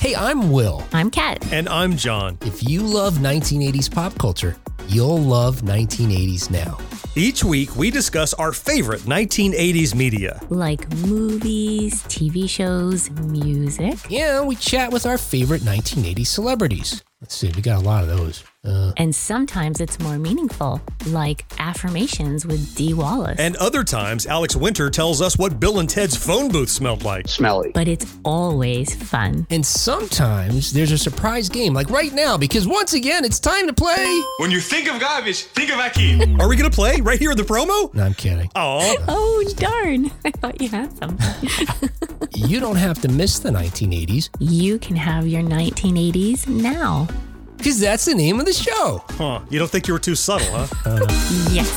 Hey, I'm Will. I'm Kat. And I'm John. If you love 1980s pop culture, you'll love 1980s now. Each week, we discuss our favorite 1980s media. Like movies, TV shows, music, Yeah, we chat with our favorite 1980s celebrities. Let's see, we got a lot of those. Uh, and sometimes it's more meaningful, like affirmations with D. Wallace. And other times, Alex Winter tells us what Bill and Ted's phone booth smelled like. Smelly. but it's always fun. and sometimes there's a surprise game, like right now, because once again, it's time to play. When you think of garbage, think of Akeem. Are we going to play right here in the promo? No, I'm kidding. Aw. Oh, darn. I thought you had something. You don't have to miss the 1980s you can have your 1980s now. because that's the name of the show. Huh. You don't think you were too subtle, huh? Yes.